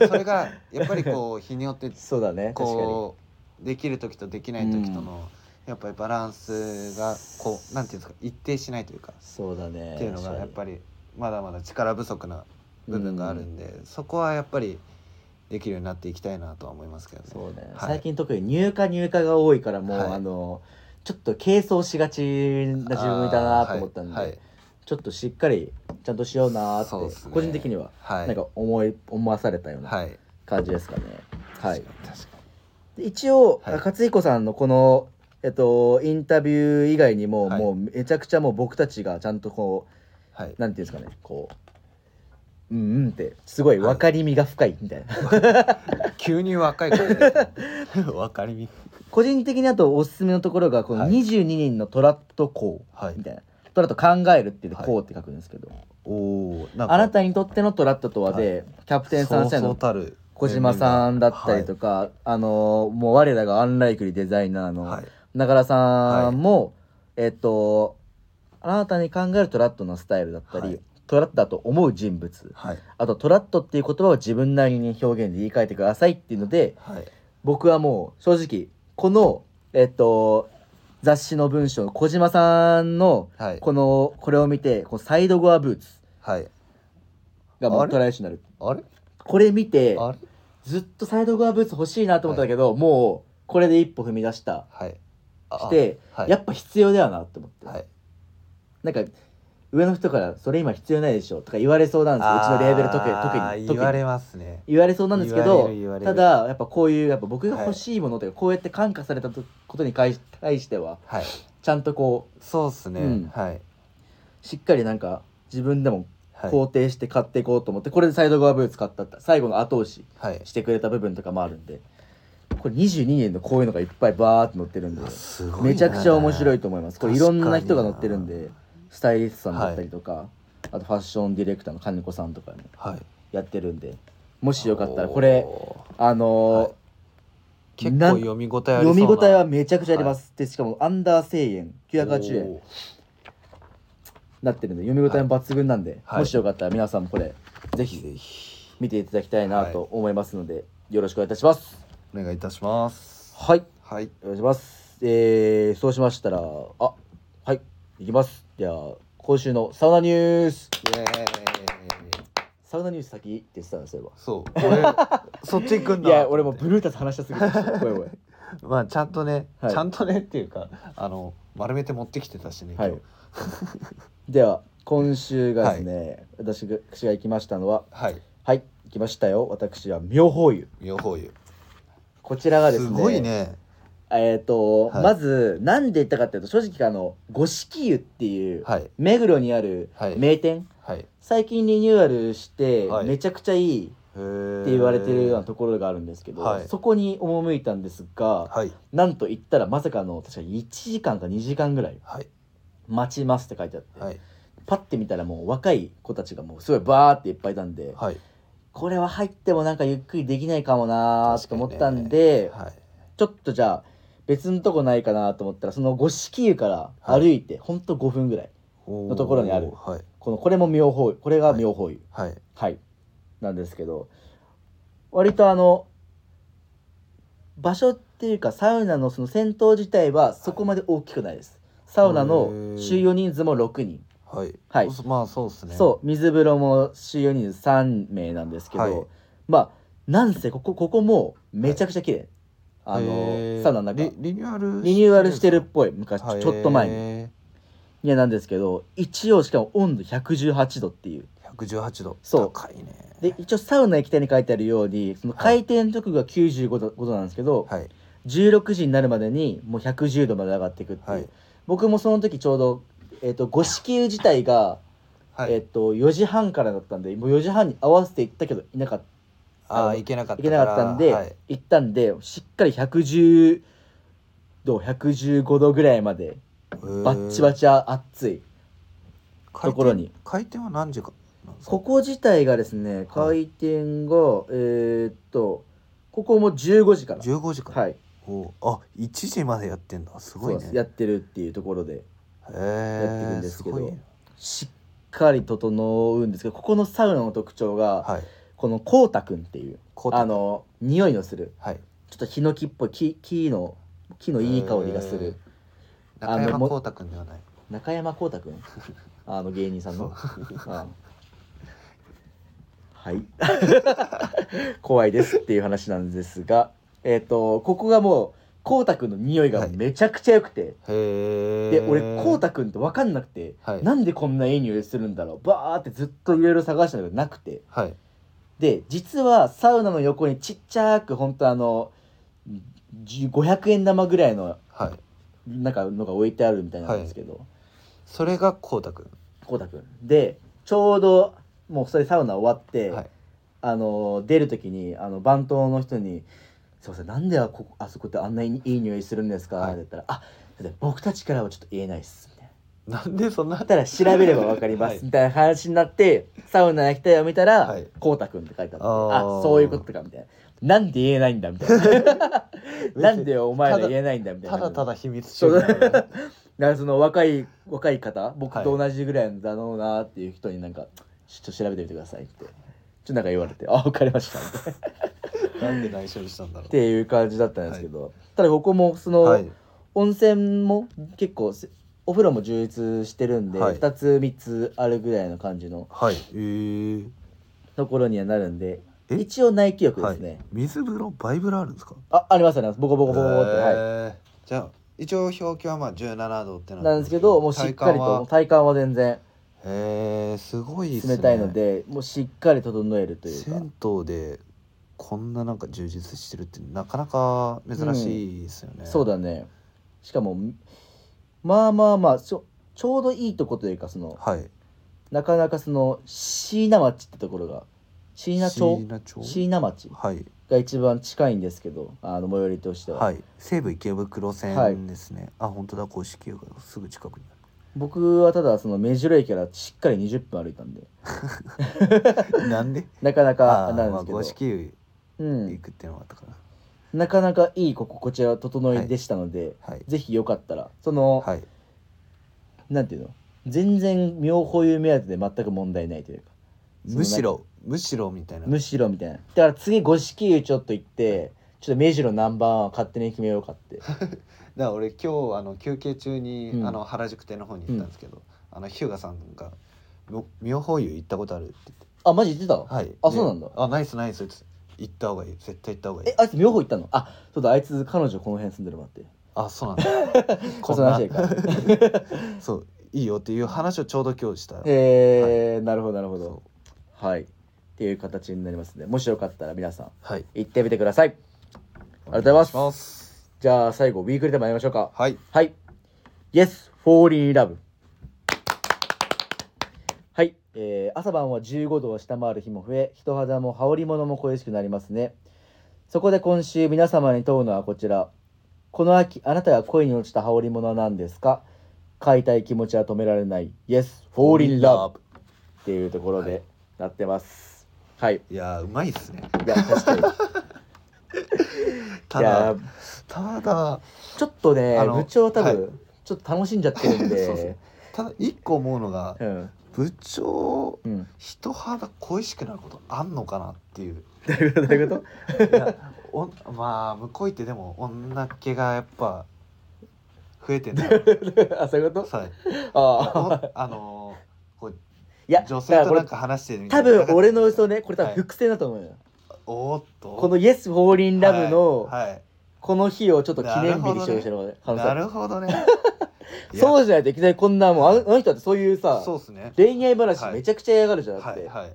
B: それがやっぱりこう日によって
A: そうだね確かに
B: こうできる時とできない時との、やっぱりバランスがこうなんていうんですか一定しないというか、
A: そうだね
B: っていうのがやっぱりまだまだ力不足な
A: り
B: 部分があるんで、そこはやっぱりできるようになっていきたいなとは思いますけどね。
A: そうね、
B: はい
A: 最近特に入荷入荷が多いからもう、
B: はい
A: あのちょっと軽装しがちな自分いたなと思ったんで、
B: あーはい
A: ちょっとしっかりちゃんとしようなーって
B: そうっすね
A: 個人的には
B: はい
A: なんか思い思わされたような
B: はい
A: 感じですかね。
B: は
A: はいい、
B: 確かに確かに
A: で一応、
B: はい
A: 勝彦さんのこの、えっと、インタビュー以外にも、
B: はい
A: もうめちゃくちゃもう僕たちがちゃんとこ
B: はいう
A: なんていうんですかねこううんうんってすごい分かりみが深いみたいな、
B: 急に若い子ですねわかりみ
A: 個人的にあとおすすめのところがこの
B: はい
A: 22人のトラット校 (laughs)
B: はい
A: みたいな、トラット考えるって言って
B: はい
A: こうって書くんですけど、
B: おおなんか
A: あなたにとってのトラットとはで、キャプテンさん
B: そう
A: 社
B: そう
A: の
B: たる
A: 小島さんだったりとか、あのーもう我らがアンライクリーデザイナーの、
B: はい
A: 中田さんも、えっとあなたに考えるトラットのスタイルだったり、
B: はい
A: トラットだと思う人物
B: はい
A: あとトラットっていう言葉を自分なりに表現で言い換えてくださいっていうので
B: はい
A: 僕はもう正直このえっと雑誌の文章小島さんの
B: はい
A: このこれを見てこのサイドゴアブーツ
B: はい
A: がも
B: あ
A: う
B: れ
A: トライアショナル
B: あれ
A: これ見て
B: あれ
A: ずっとサイドゴアブーツ欲しいなと思ったけど、もうこれで一歩踏み出した
B: はい
A: して、
B: はい
A: やっぱ必要だよなって思って。
B: はい
A: なんか上の人から「それ今必要ないでしょ」とか言われそうなんですようちのレーベル特に特
B: あー
A: に
B: 言わ
A: 特に
B: れますね
A: 言われそうなんですけ
B: 言わ
A: ど
B: れる言われる
A: ただやっぱこういうやっぱ僕が欲しいものというかこうやって感化されたとことに対し対しては
B: はい
A: ちゃんとこ
B: そうっすね、
A: うん
B: はい、
A: うしっかりなんか自分でも
B: はい、
A: 肯定して買っていこうと思ってこれでサイド側ブーツ買ったって最後の後押し
B: はい
A: してくれた部分とかもあるんでこれ22年のこういうのがいっぱいバーって載ってるんです
B: ごいな
A: めちゃくちゃ面白いと思いますこれいろんな人が載ってるんでスタイリストさんだったりとか、あとファッションディレクターの金子さんとかも
B: はい
A: やってるんでもしよかったらこれ
B: おー
A: あの
B: 結構読み応えありそう
A: 読み
B: な
A: 応えはめちゃくちゃあります、でしかもアンダー1000円980円
B: おー
A: なってるんで読み応えも抜群なんで、
B: はい
A: もしよかったら皆さんもこれぜひ
B: ぜひ
A: 見ていただきたいなと思いますので、よろしくお願いいたします
B: お願いいたします
A: はい
B: はい
A: お願いしますえー、そうしましたらあはいいきますじゃあ今週のサウナニュース
B: イエーイ
A: サウナニュース先って言ってたんですよ
B: そう
A: (laughs)
B: 俺そっち行くん
A: い
B: だ
A: や俺もブルータス話したすぎて
B: (laughs)
A: ごめんごめん
B: まあちゃんとね、
A: はい
B: ちゃんとねっていうかあの丸めて持ってきてたしね今
A: は
B: 日
A: いでは今週がですね、私が私が行きましたのは
B: はい
A: はい行きましたよ私は妙法湯
B: 妙法湯
A: こちらがです
B: す
A: ね
B: ごいね
A: えっ、と、
B: はい
A: まずなんで行ったかっていうと正直あの五色湯っていう、
B: はい
A: 目黒にある
B: はい
A: 名店、
B: はいへ
A: 最近リニューアルして、
B: はい
A: めちゃくちゃいい
B: ー
A: って言われてるようなところがあるんですけど、
B: はい
A: そこに赴いたんですが
B: はい
A: なんと行ったらまさかの確か1時間か2時間ぐらい
B: はい
A: 待ちますって書いてあって、
B: はい
A: パッて見たらもう若い子たちがもうすごいバーっていっぱいいたんで、
B: はい
A: これは入ってもなんかゆっくりできないかもなーと思ったんで、
B: はい
A: ちょっとじゃあ別のとこないかなと思ったらその五色湯から歩いてほんと5分ぐらい
B: の
A: のところにある
B: はい
A: このこれも妙法湯これが妙法湯
B: はい
A: はい、なんですけど割とあの場所っていうかサウナのその銭湯自体はそこまで大きくないです、サウナ
B: へ
A: の
B: ー
A: 収容人数も6人、
B: はい、
A: はい
B: そまあそうですね
A: そう水風呂も収容人数3名なんですけど、
B: はい
A: まあなんせここここもめちゃくちゃ綺麗、あ
B: へ
A: の
B: ー
A: サウナの中
B: リリニューアル
A: リニューアルしてるっ
B: んです
A: ぽい昔
B: か
A: ちょっと前に
B: へ
A: いやなんですけど一応しかも温度118度っていう
B: ー118度
A: そう
B: 高いね
A: で一応サウナ液体に書いてあるようにその
B: はい
A: 開店直後が95度5度なんですけど、
B: はい
A: 16時になるまでにもう110度まで上がっていくっていう、
B: はい
A: 僕もその時ちょうど、えっと五色湯自体が、
B: はい、
A: えっと4時半からだったんでもう4時半に合わせて行ったけどいなかっ
B: あ
A: あの
B: あ行けなかった
A: 行けなかったんで、
B: はい
A: 行ったんでしっかり110度115度ぐらいまでバッチバ
B: チ
A: チあ熱いところに
B: 回転は何時かなんですか
A: ここ自体がですね
B: は
A: 開店が、えーっとここも15時から
B: 15時から、
A: はい
B: おあ1時までやってんだすごい
A: そう
B: ね
A: ですやってるっていうところで
B: へ
A: やってるん
B: え
A: ですすけど
B: ごいね
A: しっかり整うんですけどここのサウナの特徴が、
B: はい
A: このこうたくんっていう
B: こうた
A: あの匂いのする
B: はい
A: ちょっとヒノキっぽい木木の木のいい香りがする
B: へー中
A: あの
B: 山
A: も
B: 光太君ではない
A: 中山こうたくん (laughs) あの芸人さんのうんはい (laughs) 怖いですっていう話なんですがえっ、とここがもうこうたくんの匂いがめちゃくちゃ良くて、
B: へえ
A: で俺こうたくんって分かんなくて、
B: はい
A: なんでこんないい匂いするんだろうバーってずっといろいろ探したんだけどなくて
B: はい
A: で実はサウナの横にちっちゃくほんとあの10 500円玉ぐらいの
B: はい
A: なんかのが置いてあるみたいなんですけど、
B: それが光太君
A: こうたくんでちょうどもうそれサウナ終わって、
B: はい
A: あの出る時にあの番頭の人に「すいませんなんであここあそこってあんないいいい匂いするんですか
B: は
A: っ
B: い
A: て言ったら「あだって僕たちからはちょっと言えないっす」みたいな。
B: なんでそんな
A: たら調べればわかりま
B: は
A: す
B: い
A: みたいな話になって、サウナ行きたいを見たら
B: はい
A: 「こうたくん」って書いてあって「
B: あー
A: あそういうことか」みたいな「なんで言えないんだ」みたい
B: (laughs)
A: な「なんでお前ら言えないんだ」みたいな
B: ただただ秘密
A: そう
B: 主義
A: だ (laughs)
B: だね
A: なんかその若い若い方僕
B: は
A: と
B: い
A: 同じぐらいだろうなっていう人になんか、ちょっと調べてみてくださいってちょっとなんか言われて「あ分かりま
B: (laughs)
A: した」みたいなっ
B: なんで内緒にしたんだろう
A: ていう感じだったんですけど、ただここもその、
B: はい
A: 温泉も結構せお風呂も充実してるんで、
B: はい
A: 2つ3つあるぐらいの感じの
B: はいえー
A: ところにはなるんで
B: え
A: 一応内気浴ですね、
B: はい水風呂バイブラあるんですか
A: あありますありますボコボコボコボコって、は
B: はいじゃあ一応表記はまあ17度って
A: いなんですけどもうしっかりともう
B: と
A: 体感は全然
B: へえすごいっすね
A: 冷たいのでもうしっかり整えるというか
B: 銭湯でこんななんか充実してるってなかなか珍しいですよね、
A: そうだねしかもまあまあまあちょちょうどいいとこというかその
B: はい
A: なかなかその椎名町ってところが椎名
B: 椎
A: 町
B: 名町
A: 椎名町
B: はい
A: が一番近いんですけどあの最寄りとしては、
B: はい西武池袋線ですね、あ本当だ公式がすぐ近くに
A: 僕はただその目白駅からしっかり20分歩いたんで
B: あるなんで
A: なかなか
B: (laughs) あ
A: な
B: ー
A: んで
B: まあ
A: すけど、
B: 公式湯
A: う
B: 行
A: ん、
B: くっていうのがあったから、
A: なかなかいい心地は整いでしたので、
B: はい
A: ぜひよかったらその、
B: はい
A: なんていうの全然妙保有目当てで全く問題ないというか
B: むしろむしろみたいな
A: むしろみたいなだから次五色湯ちょっと行ってちょっと目白ナンバーワンは勝手に決めようかって
B: だから俺今日あの休憩中に、
A: うん
B: あの原宿店の方に行ったんですけど、あの日向さんが「みょ妙法湯行ったことある?」って言って
A: あマジ言ってた、
B: はい
A: あ
B: で
A: そうなんだ
B: あナイスナイス」って言って行った方がいい絶対行った方がいい
A: えあいつ妙保行ったのあそうだあいつ彼女この辺住んでるもらって
B: あそうなんだこんな
A: (laughs) そうなんだ
B: そういいよっていう話をちょうど今日した
A: へえ、なるほどなるほど
B: そう
A: はいっていう形になりますねもしよかったら皆さん
B: はい
A: 行ってみてください
B: あ
A: りがとうございます
B: す
A: じゃあ最後ウィークリーでもやりましょうか
B: はい
A: はい Yes Falling in Love はい、えー朝晩は15度を下回る日も増え人肌も羽織物も恋しくなりますねそこで今週皆様に問うのはこちらこの秋あなたが恋に落ちた羽織物は何ですか買いたい気持ちは止められない Yes Falling in Love っていうところ
B: は
A: で
B: い
A: なってますはい、
B: いやーうまいっすね
A: (laughs) いや確かに
B: た
A: いや
B: だただ
A: ちょっとね
B: あの
A: 部長多分、
B: は
A: ちょっと楽しんじゃってるんで
B: そうそうただ一個思うのが
A: うん
B: 部長
A: うん
B: 人肌恋しくなることあんのかなっていう
A: どういうことどういうこ
B: いやおまあ向こう行ってでも女っ気がやっぱ増えてん
A: (laughs)
B: だよ
A: と (laughs) あそういうこと
B: さ
A: ああ
B: おあのこう
A: いや
B: 女性
A: だか
B: と
A: ら
B: なん
A: これ
B: か話してるみた
A: 多
B: いな
A: 分俺の嘘ねこれ多
B: は
A: 分
B: い
A: 伏線だと思うよ、
B: おーっと
A: この「Yes Fall in Love」の
B: はいはい
A: この日をちょっと記念日にしようとしてる可能性あ
B: な
A: る
B: る
A: (laughs)
B: ほどねいや
A: そうじゃないといきなりこんなもうあのあの人だってそういうさ
B: そうですね
A: 恋愛話
B: はい
A: めちゃくちゃ嫌がるじゃんだっ
B: は
A: て、
B: いはい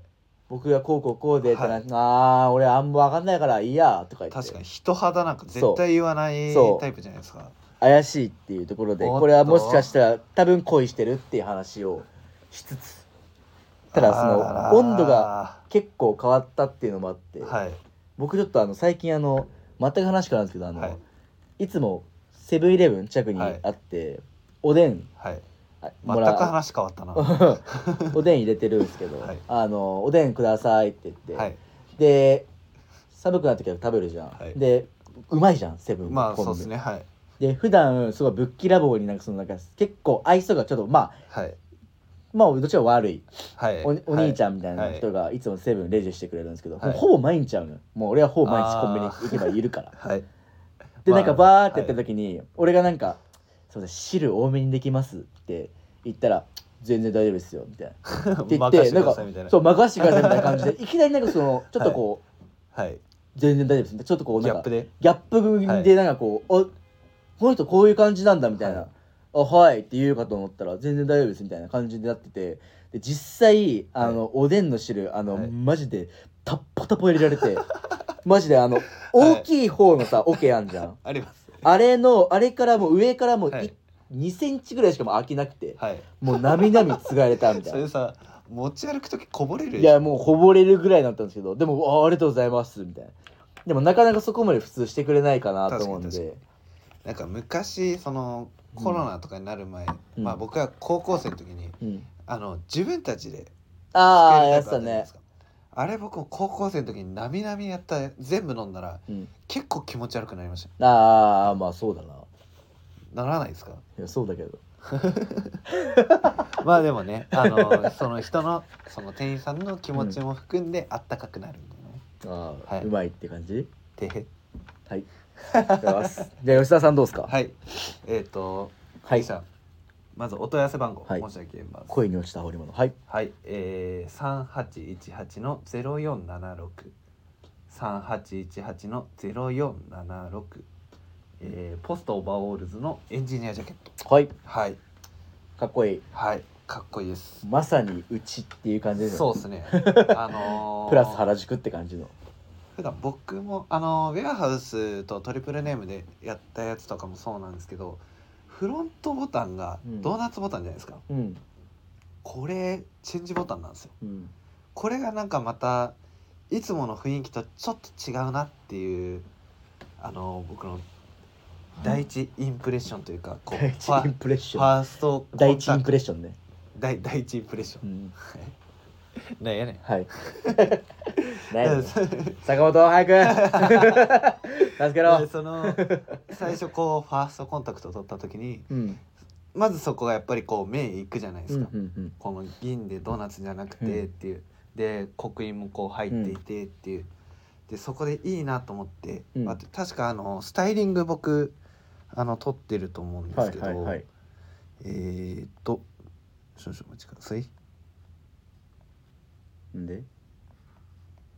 A: 僕がこうこうこうでってな
B: は
A: って、あー俺あんま分かんないからいいやとか言って
B: 確かに人肌なんか絶対言わない
A: そう
B: タイプじゃないですか
A: 怪しいっていうところで
B: おっと
A: これはもしかしたら多分恋してるっていう話をしつつただそ
B: あらら
A: の温度が結構変わったっていうのもあって、
B: はい
A: 僕ちょっとあの最近あの全く話変わるんですけどあの、
B: はい
A: い、つもセブンイレブン近くにあって、おでん
B: はい
A: あ
B: 全
A: も
B: く
A: らう
B: 話変わったなは
A: おでん入れてるんですけど、
B: はい
A: あのおでんくださいって言って、
B: いはい
A: で寒くなってきたら食べるじゃん、
B: はい
A: でうまいじゃんセブン
B: まあ
A: 混
B: そ
A: ん
B: うですねはい
A: で普段すごいぶっきらぼうになんかそのなんか結構愛想がちょっとまあ
B: はい
A: まあどっちか悪い
B: はい
A: おお兄ち
B: ゃ
A: ゃ
B: ん
A: んみたいな人がいつもセブンレジしてくれるんですけど、
B: はい
A: もうほぼ毎日会うのよもう俺はほぼ毎日コンビニ行けばいるから
B: はい
A: でな
B: まあ
A: んかバーってやってる時に、俺がなんか「すいません汁多めにできます」って言ったら「全然大丈夫ですよ」みたいな。って言っ
B: (laughs) 任
A: て
B: せて
A: なん
B: くだ
A: か
B: さいみたいな
A: そう任せてくださいみたいな感じ
B: (laughs)
A: でいきなりなんかそのちょっとこう、
B: はい
A: 全然大丈夫ですみたいなちょっとこう
B: ギ
A: な
B: ャ
A: ん
B: ッ
A: か
B: プで
A: ギャップ組でなんかこう「あこの人こういう感じなんだ」みたいな「
B: はい
A: あはい」って言うかと思ったら「全然大丈夫です」みたいな感じになっててで実際あの、おでんの汁あの、
B: はい
A: マジでタッポタポ入れられてマジであの大きい方の
B: (laughs)
A: さオケあんじゃん
B: あります
A: あれのあれからもう上からもう、
B: はい
A: 2センチぐらいしかもう開きなくて
B: はい
A: もうなみなみつがれたみたい
B: (laughs) そ
A: な
B: れさ持ち歩く時こぼれる
A: いやもうこぼれるぐらいになったんですけどでもあありがとうございますみたいなでもなかなかそこまで普通してくれないかなと思うん
B: 確
A: で
B: なんか昔そのコロナとかになる前、
A: うん
B: まあ僕は高校生の時に
A: うん、
B: あの自分たちで
A: ああやっ
B: つ
A: て
B: け
A: た
B: るタイプあったじゃないで
A: ね
B: すかあれ僕高校生の時になみなみやった全部飲んだら
A: うん
B: 結構気持ち悪くなりまし
A: ああまあそうだな
B: たならないですか
A: いやそうだけど
B: まあでもね
A: (laughs)
B: あのその人のその店員さんの気持ちも含んであったかくなるんだよね、
A: あー、
B: はいう
A: まいって感じ
B: てへ
A: はいありがとうございます (laughs) じゃあ吉田さんどうですか
B: はいえっ、と
A: はい
B: 弊社まずお問い合わせ番号
A: はい
B: 申し上げます、
A: 恋に落ちた織物はい
B: はい、えー、3818の0476。3818の0476。えー、ポストオーバーオールズのエンジニアジャケット。
A: はい
B: はい、
A: かっこいい
B: はい、かっこいいです。
A: まさにうちっていう感じですよ
B: そうです (laughs) ね。あのー
A: プラス原宿って感じの
B: 普段僕もあのーウェアハウスとトリプルネームでやったやつとかもそうなんですけど、フロントボタンが
A: うん
B: ドーナツボタンじゃないですか。
A: うん
B: これチェンジボタンなんですよ。
A: うん
B: これがなんかまたいつもの雰囲気とちょっと違うなっていうあの僕の第一インプレッションというかこう
A: 第一
B: ファ
A: インプレッショ
B: フ
A: ン
B: ァーストコンタクト
A: 第一インプレッションね、
B: 第第一インプレッショ
A: うん、
B: ン (laughs) なんやねん
A: はいないのよ坂本早く
B: (laughs)
A: 助け
B: で
A: ろ、
B: その最初こうファーストコンタクト取った時に
A: うん、
B: まずそこがやっぱりこう目いくじゃないで
A: うんうん
B: すか、
A: うん
B: この銀でドーナツじゃなくてっていう、で刻印もこう入っていてっていう、でそこでいいなと思って、
A: うん
B: あと確かあのスタイリング僕あの撮ってると思うんで
A: は
B: す
A: い
B: けど、
A: はいはい
B: えーっと少々お待ちください
A: んで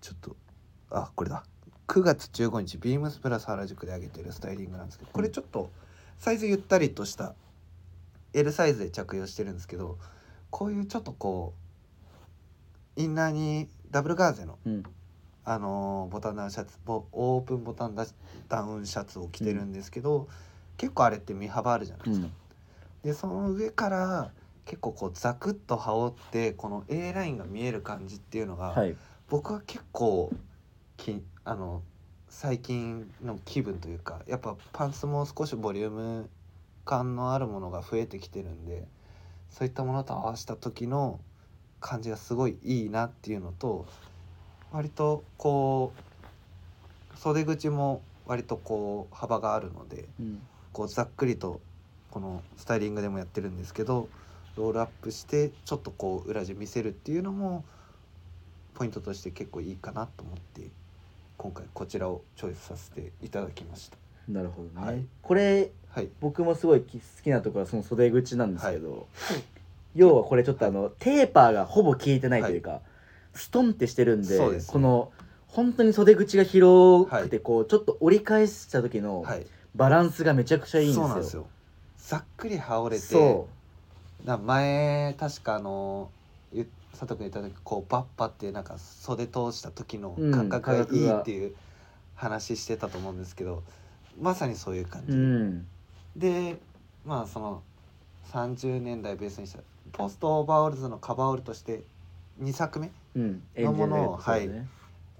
B: ちょっとあこれだ9月15日ビームスプラス原宿で上げてるスタイリングなんですけどこれちょっとサイズゆったりとした L サイズで着用してるんですけどこういうちょっとこうインナーにダブルガーゼの
A: うん
B: あのーボタンダウンシャツボオープンボタンダダウンシャツを着てるんですけど、結構あれって身幅あるじゃないですか、でその上から結構こうザクッと羽織ってこの A ラインが見える感じっていうのが、
A: はい
B: 僕は結構きあの最近の気分というかやっぱパンツも少しボリューム感のあるものが増えてきてるんでそういったものと合わせた時の感じがすごいいいなっていうのと割とこう袖口も割とこう幅があるので
A: うん
B: こうざっくりとこのスタイリングでもやってるんですけどロールアップしてちょっとこう裏地見せるっていうのもポイントとして結構いいかなと思って今回こちらをチョイスさせていただきました。
A: なるほどね、
B: はい
A: これ
B: はい、
A: 僕もすごいき好きなところはその袖口なんですけど、要はこれちょっとあの、テーパーがほぼ効いてないというか、ストンってしてるんで
B: そうですね
A: この本当に袖口が広くてこう、ちょっと折り返した時の
B: はい、
A: バランスがめちゃくちゃいいんです
B: そう
A: よ。
B: なんですよ。ざっくり羽織れて
A: そ
B: な前確かあのゆ佐藤君言った時こうバッパってなんか袖通した時の
A: うん
B: 感覚がい
A: 感覚
B: い
A: が
B: っていう話してたと思うんですけど、まさにそういう感
A: う、
B: じ、
A: うん、
B: でまあその30年代ベースにしたポストオーバーオールズのカバーオールとして2作目
A: うん、
B: のものを
A: エンジンのやつ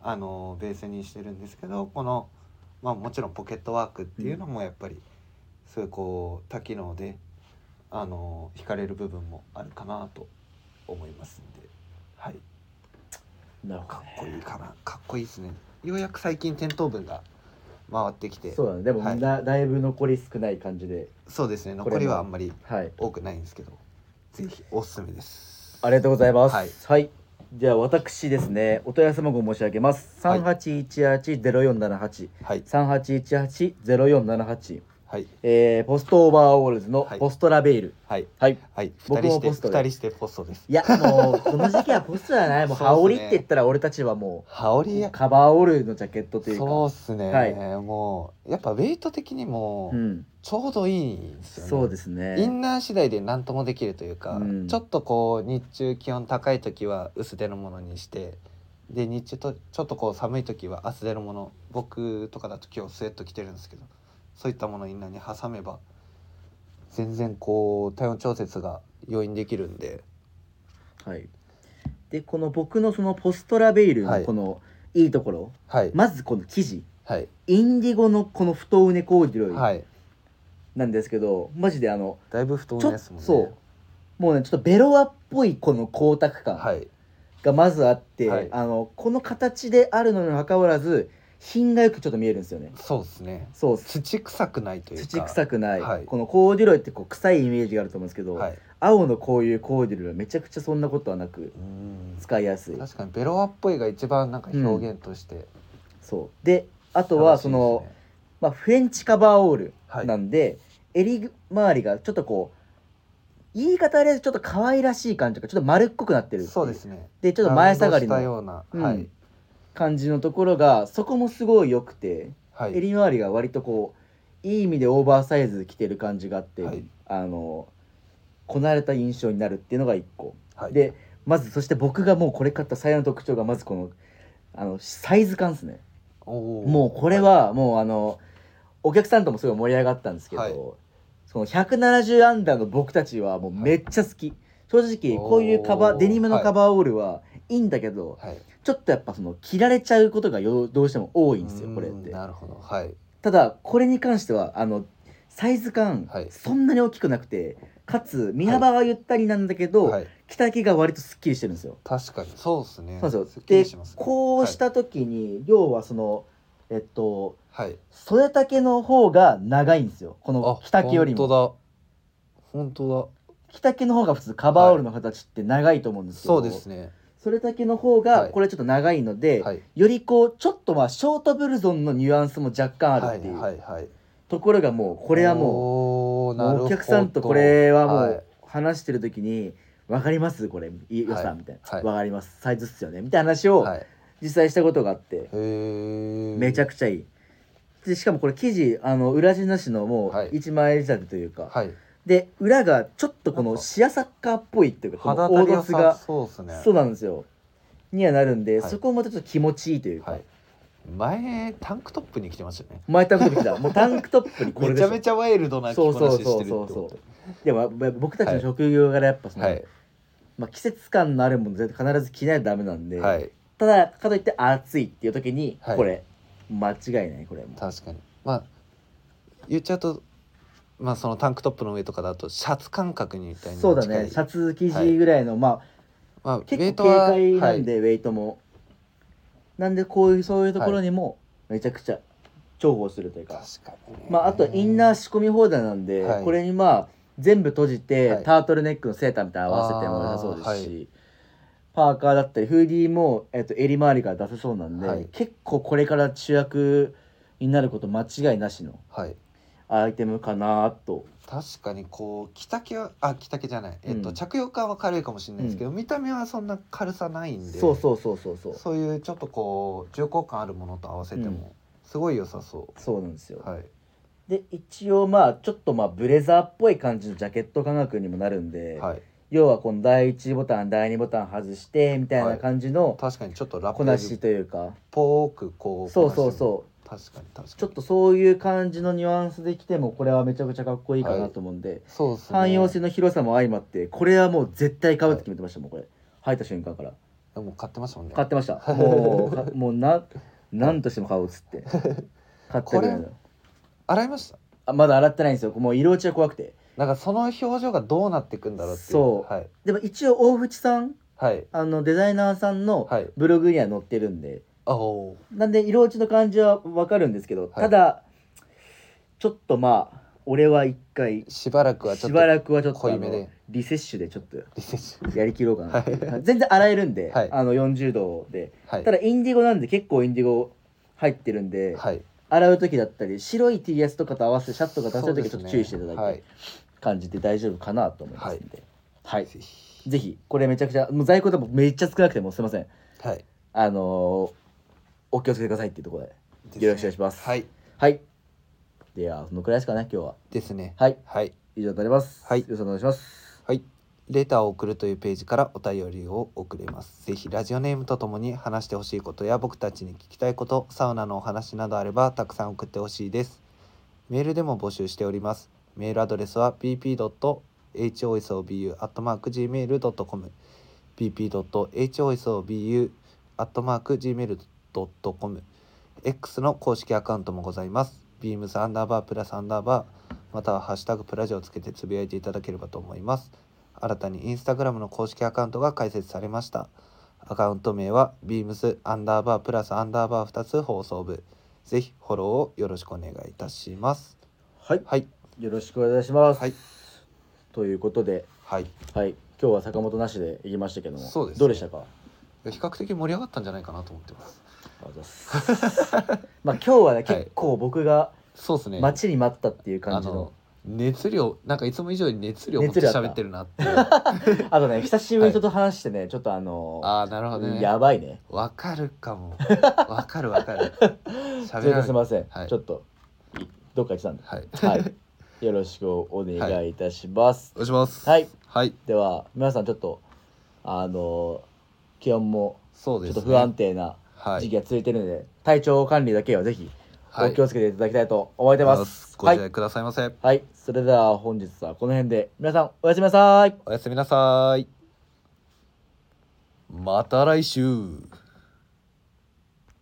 B: あのベースにしてるんですけどこの、まあ、もちろんポケットワークっていうのもやっぱりすごいこう多機能であの惹かれる部分もあるかなと思いますんで、はい、
A: なるほ
B: か
A: ど
B: っ
A: ね
B: こいいかなかっこいいですねようやく最近店頭分が回ってきて
A: そう
B: そう
A: だねでも、
B: はい
A: だだいぶ残り少ない感じで
B: ですね
A: これも
B: 残りはあんまり
A: はい
B: 多くないんですけどぜひおすすめです
A: ありがとうございます。
B: はい
A: はい。じゃあ私ですね、お問い合わせ番号申し上げます。
B: はい
A: 三八一八ゼロ四七八、
B: はい
A: 三八一八ゼロ四七八。
B: はい
A: えー、ポストオーバーオールズの
B: はい
A: ポストラベール。
B: はい
A: はい。
B: はい2
A: 僕
B: 人
A: も
B: して
A: ポストで
B: 二人してポストです
A: いやもうこの時期はポストじゃない。もう
B: そうっすね
A: 羽織って言ったら俺たちはも
B: 羽織
A: うカバーオールのジャケットというか。
B: そうっすね、
A: はい
B: もうやっぱウェイト的にも
A: うん。
B: ちょうどいいんですよね、
A: そうですね。
B: インナー次第で何ともできるというか、
A: うん
B: ちょっとこう日中気温高い時は薄手のものにしてで日中とちょっとこう寒い時は厚手のもの僕とかだと今日スウェット着てるんですけどそういったものをインナーに挟めば全然こう体温調節が要因できるんで
A: はい。でこの僕のそのポストラベール
B: は
A: の
B: い
A: このいいところ、
B: はい、
A: まずこの生地。
B: はい
A: インディゴのこの太畝コーデュロイ、
B: はい
A: なんですけどマジであの
B: だいぶ太
A: ちょ
B: め
A: っ
B: で
A: と
B: すもんね
A: そうもうねちょっとベロアっぽいこの光沢
B: は
A: 感
B: い
A: がまずあって、
B: はい
A: あのこの形であるのにもかかわらず品がよくちょっと見えるんですよね
B: そうですね
A: そう
B: 土臭くないというか
A: 土臭くない、
B: はい
A: このコーデュロイってこう臭いイメージがあると思うんですけど、
B: はい
A: 青のこういうコーデュロイはめちゃくちゃそんなことはなく
B: うん
A: 使いやすい
B: 確かにベロアっぽいが一番なんか表現として、
A: そうであとはその、まあ、フレンチカバーオール
B: はい
A: なんで、襟周りがちょっとこう言い方あれですちょっと可愛らしい感じとかちょっと丸っこくなってるってい
B: そうですね
A: でちょっと前下がり
B: ラウン
A: の
B: ド
A: う
B: したようんな、はい
A: 感じのところがそこもすごい良くて、
B: はい
A: 襟周りが割とこういい意味でオーバーサイズ着てる感じがあって、
B: はい
A: あのこなれた印象になるっていうのが一個、
B: はい
A: でまずそして僕がもうこれ買った最大の特徴がまずこのあのサイズ感ですねも
B: も
A: うこれはもうあのお客さんともすごい盛り上がったんですけど、
B: はい
A: その170アンダーの僕たちはもうめっちゃ好き、正直こういうカバ
B: お
A: ー
B: ー
A: デニムのカバーオールはいいんだけど、
B: はい、はい、
A: ちょっとやっぱその着られちゃうことがよどうしても多いんですよこれっ
B: うーん
A: て
B: なるほどはい
A: ただこれに関してはあのサイズ感
B: はい
A: そんなに大きくなくて、かつ身幅はゆったりなんだけど、
B: はい
A: 着丈が割とすっきりしてるんですよ
B: 確かにそうですね
A: そうなんです
B: す
A: よ
B: っき
A: で
B: りしますね
A: こうした時に、要はそのえっと
B: はい
A: 袖丈の方が長いんですよこの着丈よりも
B: 本当だ本当
A: 着丈の方が普通カバーオールの形って長いと思うんで
B: だ
A: すけど、
B: そうですね
A: 袖丈の方
B: は
A: が
B: い
A: これちょっと長いので、
B: はい
A: よりこうちょっとまあショートブルゾンのニュアンスも若干あるっていう、
B: はいはいはい
A: ところがもうこれはも
B: も
A: うもうお客さんとこれはもう話してる時に「分かりますこれいい良さ」
B: はい
A: みたいな「
B: はい
A: 分かりますサイズっすよね」みたいな話を
B: はい、はい、
A: 実際したことがあって、
B: へー
A: めちゃ
B: く
A: くちゃいい。でしかもこれ生地あの裏地なしのも
B: はいう
A: 一枚仕立てというか、
B: はい
A: で裏がちょっとこ
B: なん
A: の
B: か
A: シアサッカーっぽいっていうかこの
B: 肌当
A: 凹
B: たり
A: 凸
B: さ
A: が
B: そうですね
A: そうなんですよにはなるんで、
B: はい
A: そこもまたちょっと気持ちいいというか、
B: はい、前タンクトップに着てましたよね
A: 前タンクトップ着たもうタンクトップにこれ
B: め
A: で
B: ち
A: し
B: ゃ
A: ょ
B: めちゃワイルドな着こなししてるって
A: そうそう
B: こ
A: そうそ
B: と
A: でもやっぱ僕たちの職業柄やっぱその、
B: はい
A: まあ、季節感のあるもの絶対必ず着ないとダメなんで、
B: はい
A: ただかといって暑いっていう時に
B: はい
A: これ、間違いないこれも
B: 確かにまあ言っちゃうとまあそのタンクトップの上とかだとシャツ感覚にみたいに
A: そう
B: 近い
A: だねシャツ生地ぐらいの、まあ
B: まあウェ
A: 結
B: イト
A: 構
B: は
A: 軽快な
B: は
A: ん
B: い
A: で、ウェイトもなんでこういうそういうところにもめちゃくちゃ重宝するというか、
B: 確かにね
A: まああとインナー仕込み放題なんで、
B: はい
A: これにまあ全部閉じて、
B: はい
A: タートルネックのセーターみたいなの合わせても良さそうですし、
B: あー
A: パーカーだったりフーディーも、えっと、襟周りから出せそうなんで、
B: はい
A: 結構これから主役になること間違いなしの
B: はい
A: アイテムかなと
B: 確かにこう着丈はあ着丈じゃない、えっ
A: う
B: と、
A: ん
B: 着用感は軽いかもしれないですけど、見た目はそんな軽さないんで
A: そうそうそうそうそう
B: そういうちょっとこう重厚感あるものと合わせて
A: うん
B: もすごい良さそ
A: そうなんですよ、
B: う、はい
A: で一応まあちょっとまあブレザーっぽい感じのジャケット感覚にもなるんで、
B: はい
A: 要はこの第1ボタン第2ボタン外してみたいな感じの
B: 確かにちょっとラ
A: こ
B: ッ
A: な
B: プ
A: し
B: っ
A: というか、
B: ぽくこう
A: そうそうそう
B: う確かに確かに
A: ちょっとそういう感じのニュアンスで来てもこれはめちゃくちゃかっこいいかなと思うんで、
B: そうですね
A: 汎用性の広さも相まってこれはもう絶対買うって決めてましたもんこれ入った瞬間から
B: でも買ってましたもんね
A: 買ってましたもうか (laughs) もうな何としても買おうっつって
B: (laughs)
A: 買ったぐらいの
B: 洗いました
A: あまだ洗ってないんですよもう色落ちが怖くて
B: なんかその表情がどうなっていくんだろうっていう
A: そう
B: はい
A: でも一応大淵さん
B: はい
A: あのデザイナーさんの
B: はい
A: ブログには載ってるんで、
B: あお
A: なんで色落ちの感じはわかるんですけど、ただちょっとまあ俺は一回
B: ーしばらくはちょ
A: し
B: っ
A: ば
B: と
A: らくはちょっと
B: 濃
A: あ
B: いめで
A: のリセッシュでちょっと
B: リセッシュ
A: やりきろうかな、
B: は
A: (laughs) 全然洗えるんで、
B: はい
A: あの40度で
B: はい
A: ただインディゴなんで結構インディゴ入ってるんで、
B: はい
A: 洗う時だったり白い TS とかと合わせてシャツとか出せる時はち
B: そ
A: ょ
B: う
A: っ
B: で
A: と
B: すね
A: 注意していただいて、
B: はい
A: 感じで大丈夫かなと思いますんで、はい
B: ぜひ
A: ぜひこれめちゃくちゃもう在庫でもめっちゃ少なくてもうすいません
B: はい
A: あのーお気をつけくださいっていうところで。よろしくお願いします
B: はい
A: はい。では、そのくらいですかね、今日は。
B: ですね
A: はい。
B: はい
A: 以上となります。
B: はい
A: よろしくお願いします。
B: はい。レターを送るというページからお便りを送れます。ぜひラジオネームとともに話してほしいことや僕たちに聞きたいこと、サウナのお話などあればたくさん送ってほしいです。メールでも募集しております。メールアドレスは bp.hosobu.gmail.com bp.hosobu.gmail.com X の公式アカウントもございます。beams アンダーバープラスアンダーバーまたは「ハッシュタグプラジ」をつけてつぶやいていただければと思います新たにインスタグラムの公式アカウントが開設されましたアカウント名は beams アンダーバープラスアンダーバー2つ放送部ぜひフォローをよろしくお願いいたします
A: はい。
B: はい
A: よろしくお願いします。
B: はい
A: ということで、
B: はい
A: はい。今日は坂本なしで行きましたけども、
B: そうですね
A: どうでしたか
B: 比較的盛り上がったんじゃないかなと思ってます
A: ありがとうございます。 (laughs) まあ今日はね、
B: はい
A: 結構僕が
B: そうですね
A: 待ちに待ったっていう感
B: あ
A: じの
B: の、熱量なんかいつも以上に熱量を持っ
A: 熱
B: て
A: 量あった
B: 喋ってるなっていう
A: (laughs) あとね、久しぶりに人と話してね、ちょっとあのー
B: ああなるほどね
A: やばいね。
B: わかるか
A: (laughs)
B: もわかるわかる
A: すい
B: 喋
A: ません
B: ら
A: すい
B: ない
A: ません、
B: はい
A: ちょっといどっか行ってたんで、
B: はい (laughs)
A: はい、よろしくお願いいたします、
B: お願いします
A: はい
B: はい
A: では皆さんちょっとあの気温も
B: そう
A: ち
B: で
A: ょっと
B: す、ね、
A: 不安定な
B: はい
A: 時期が続いてるので、体調管理だけはぜひ
B: は
A: お
B: い
A: 気をつけていただきたいと思ってます、
B: ご
A: はい
B: 自愛くださいませ、
A: はい、それでは本日はこの辺で皆さんおやすみなさい
B: おやすみなさいまた来週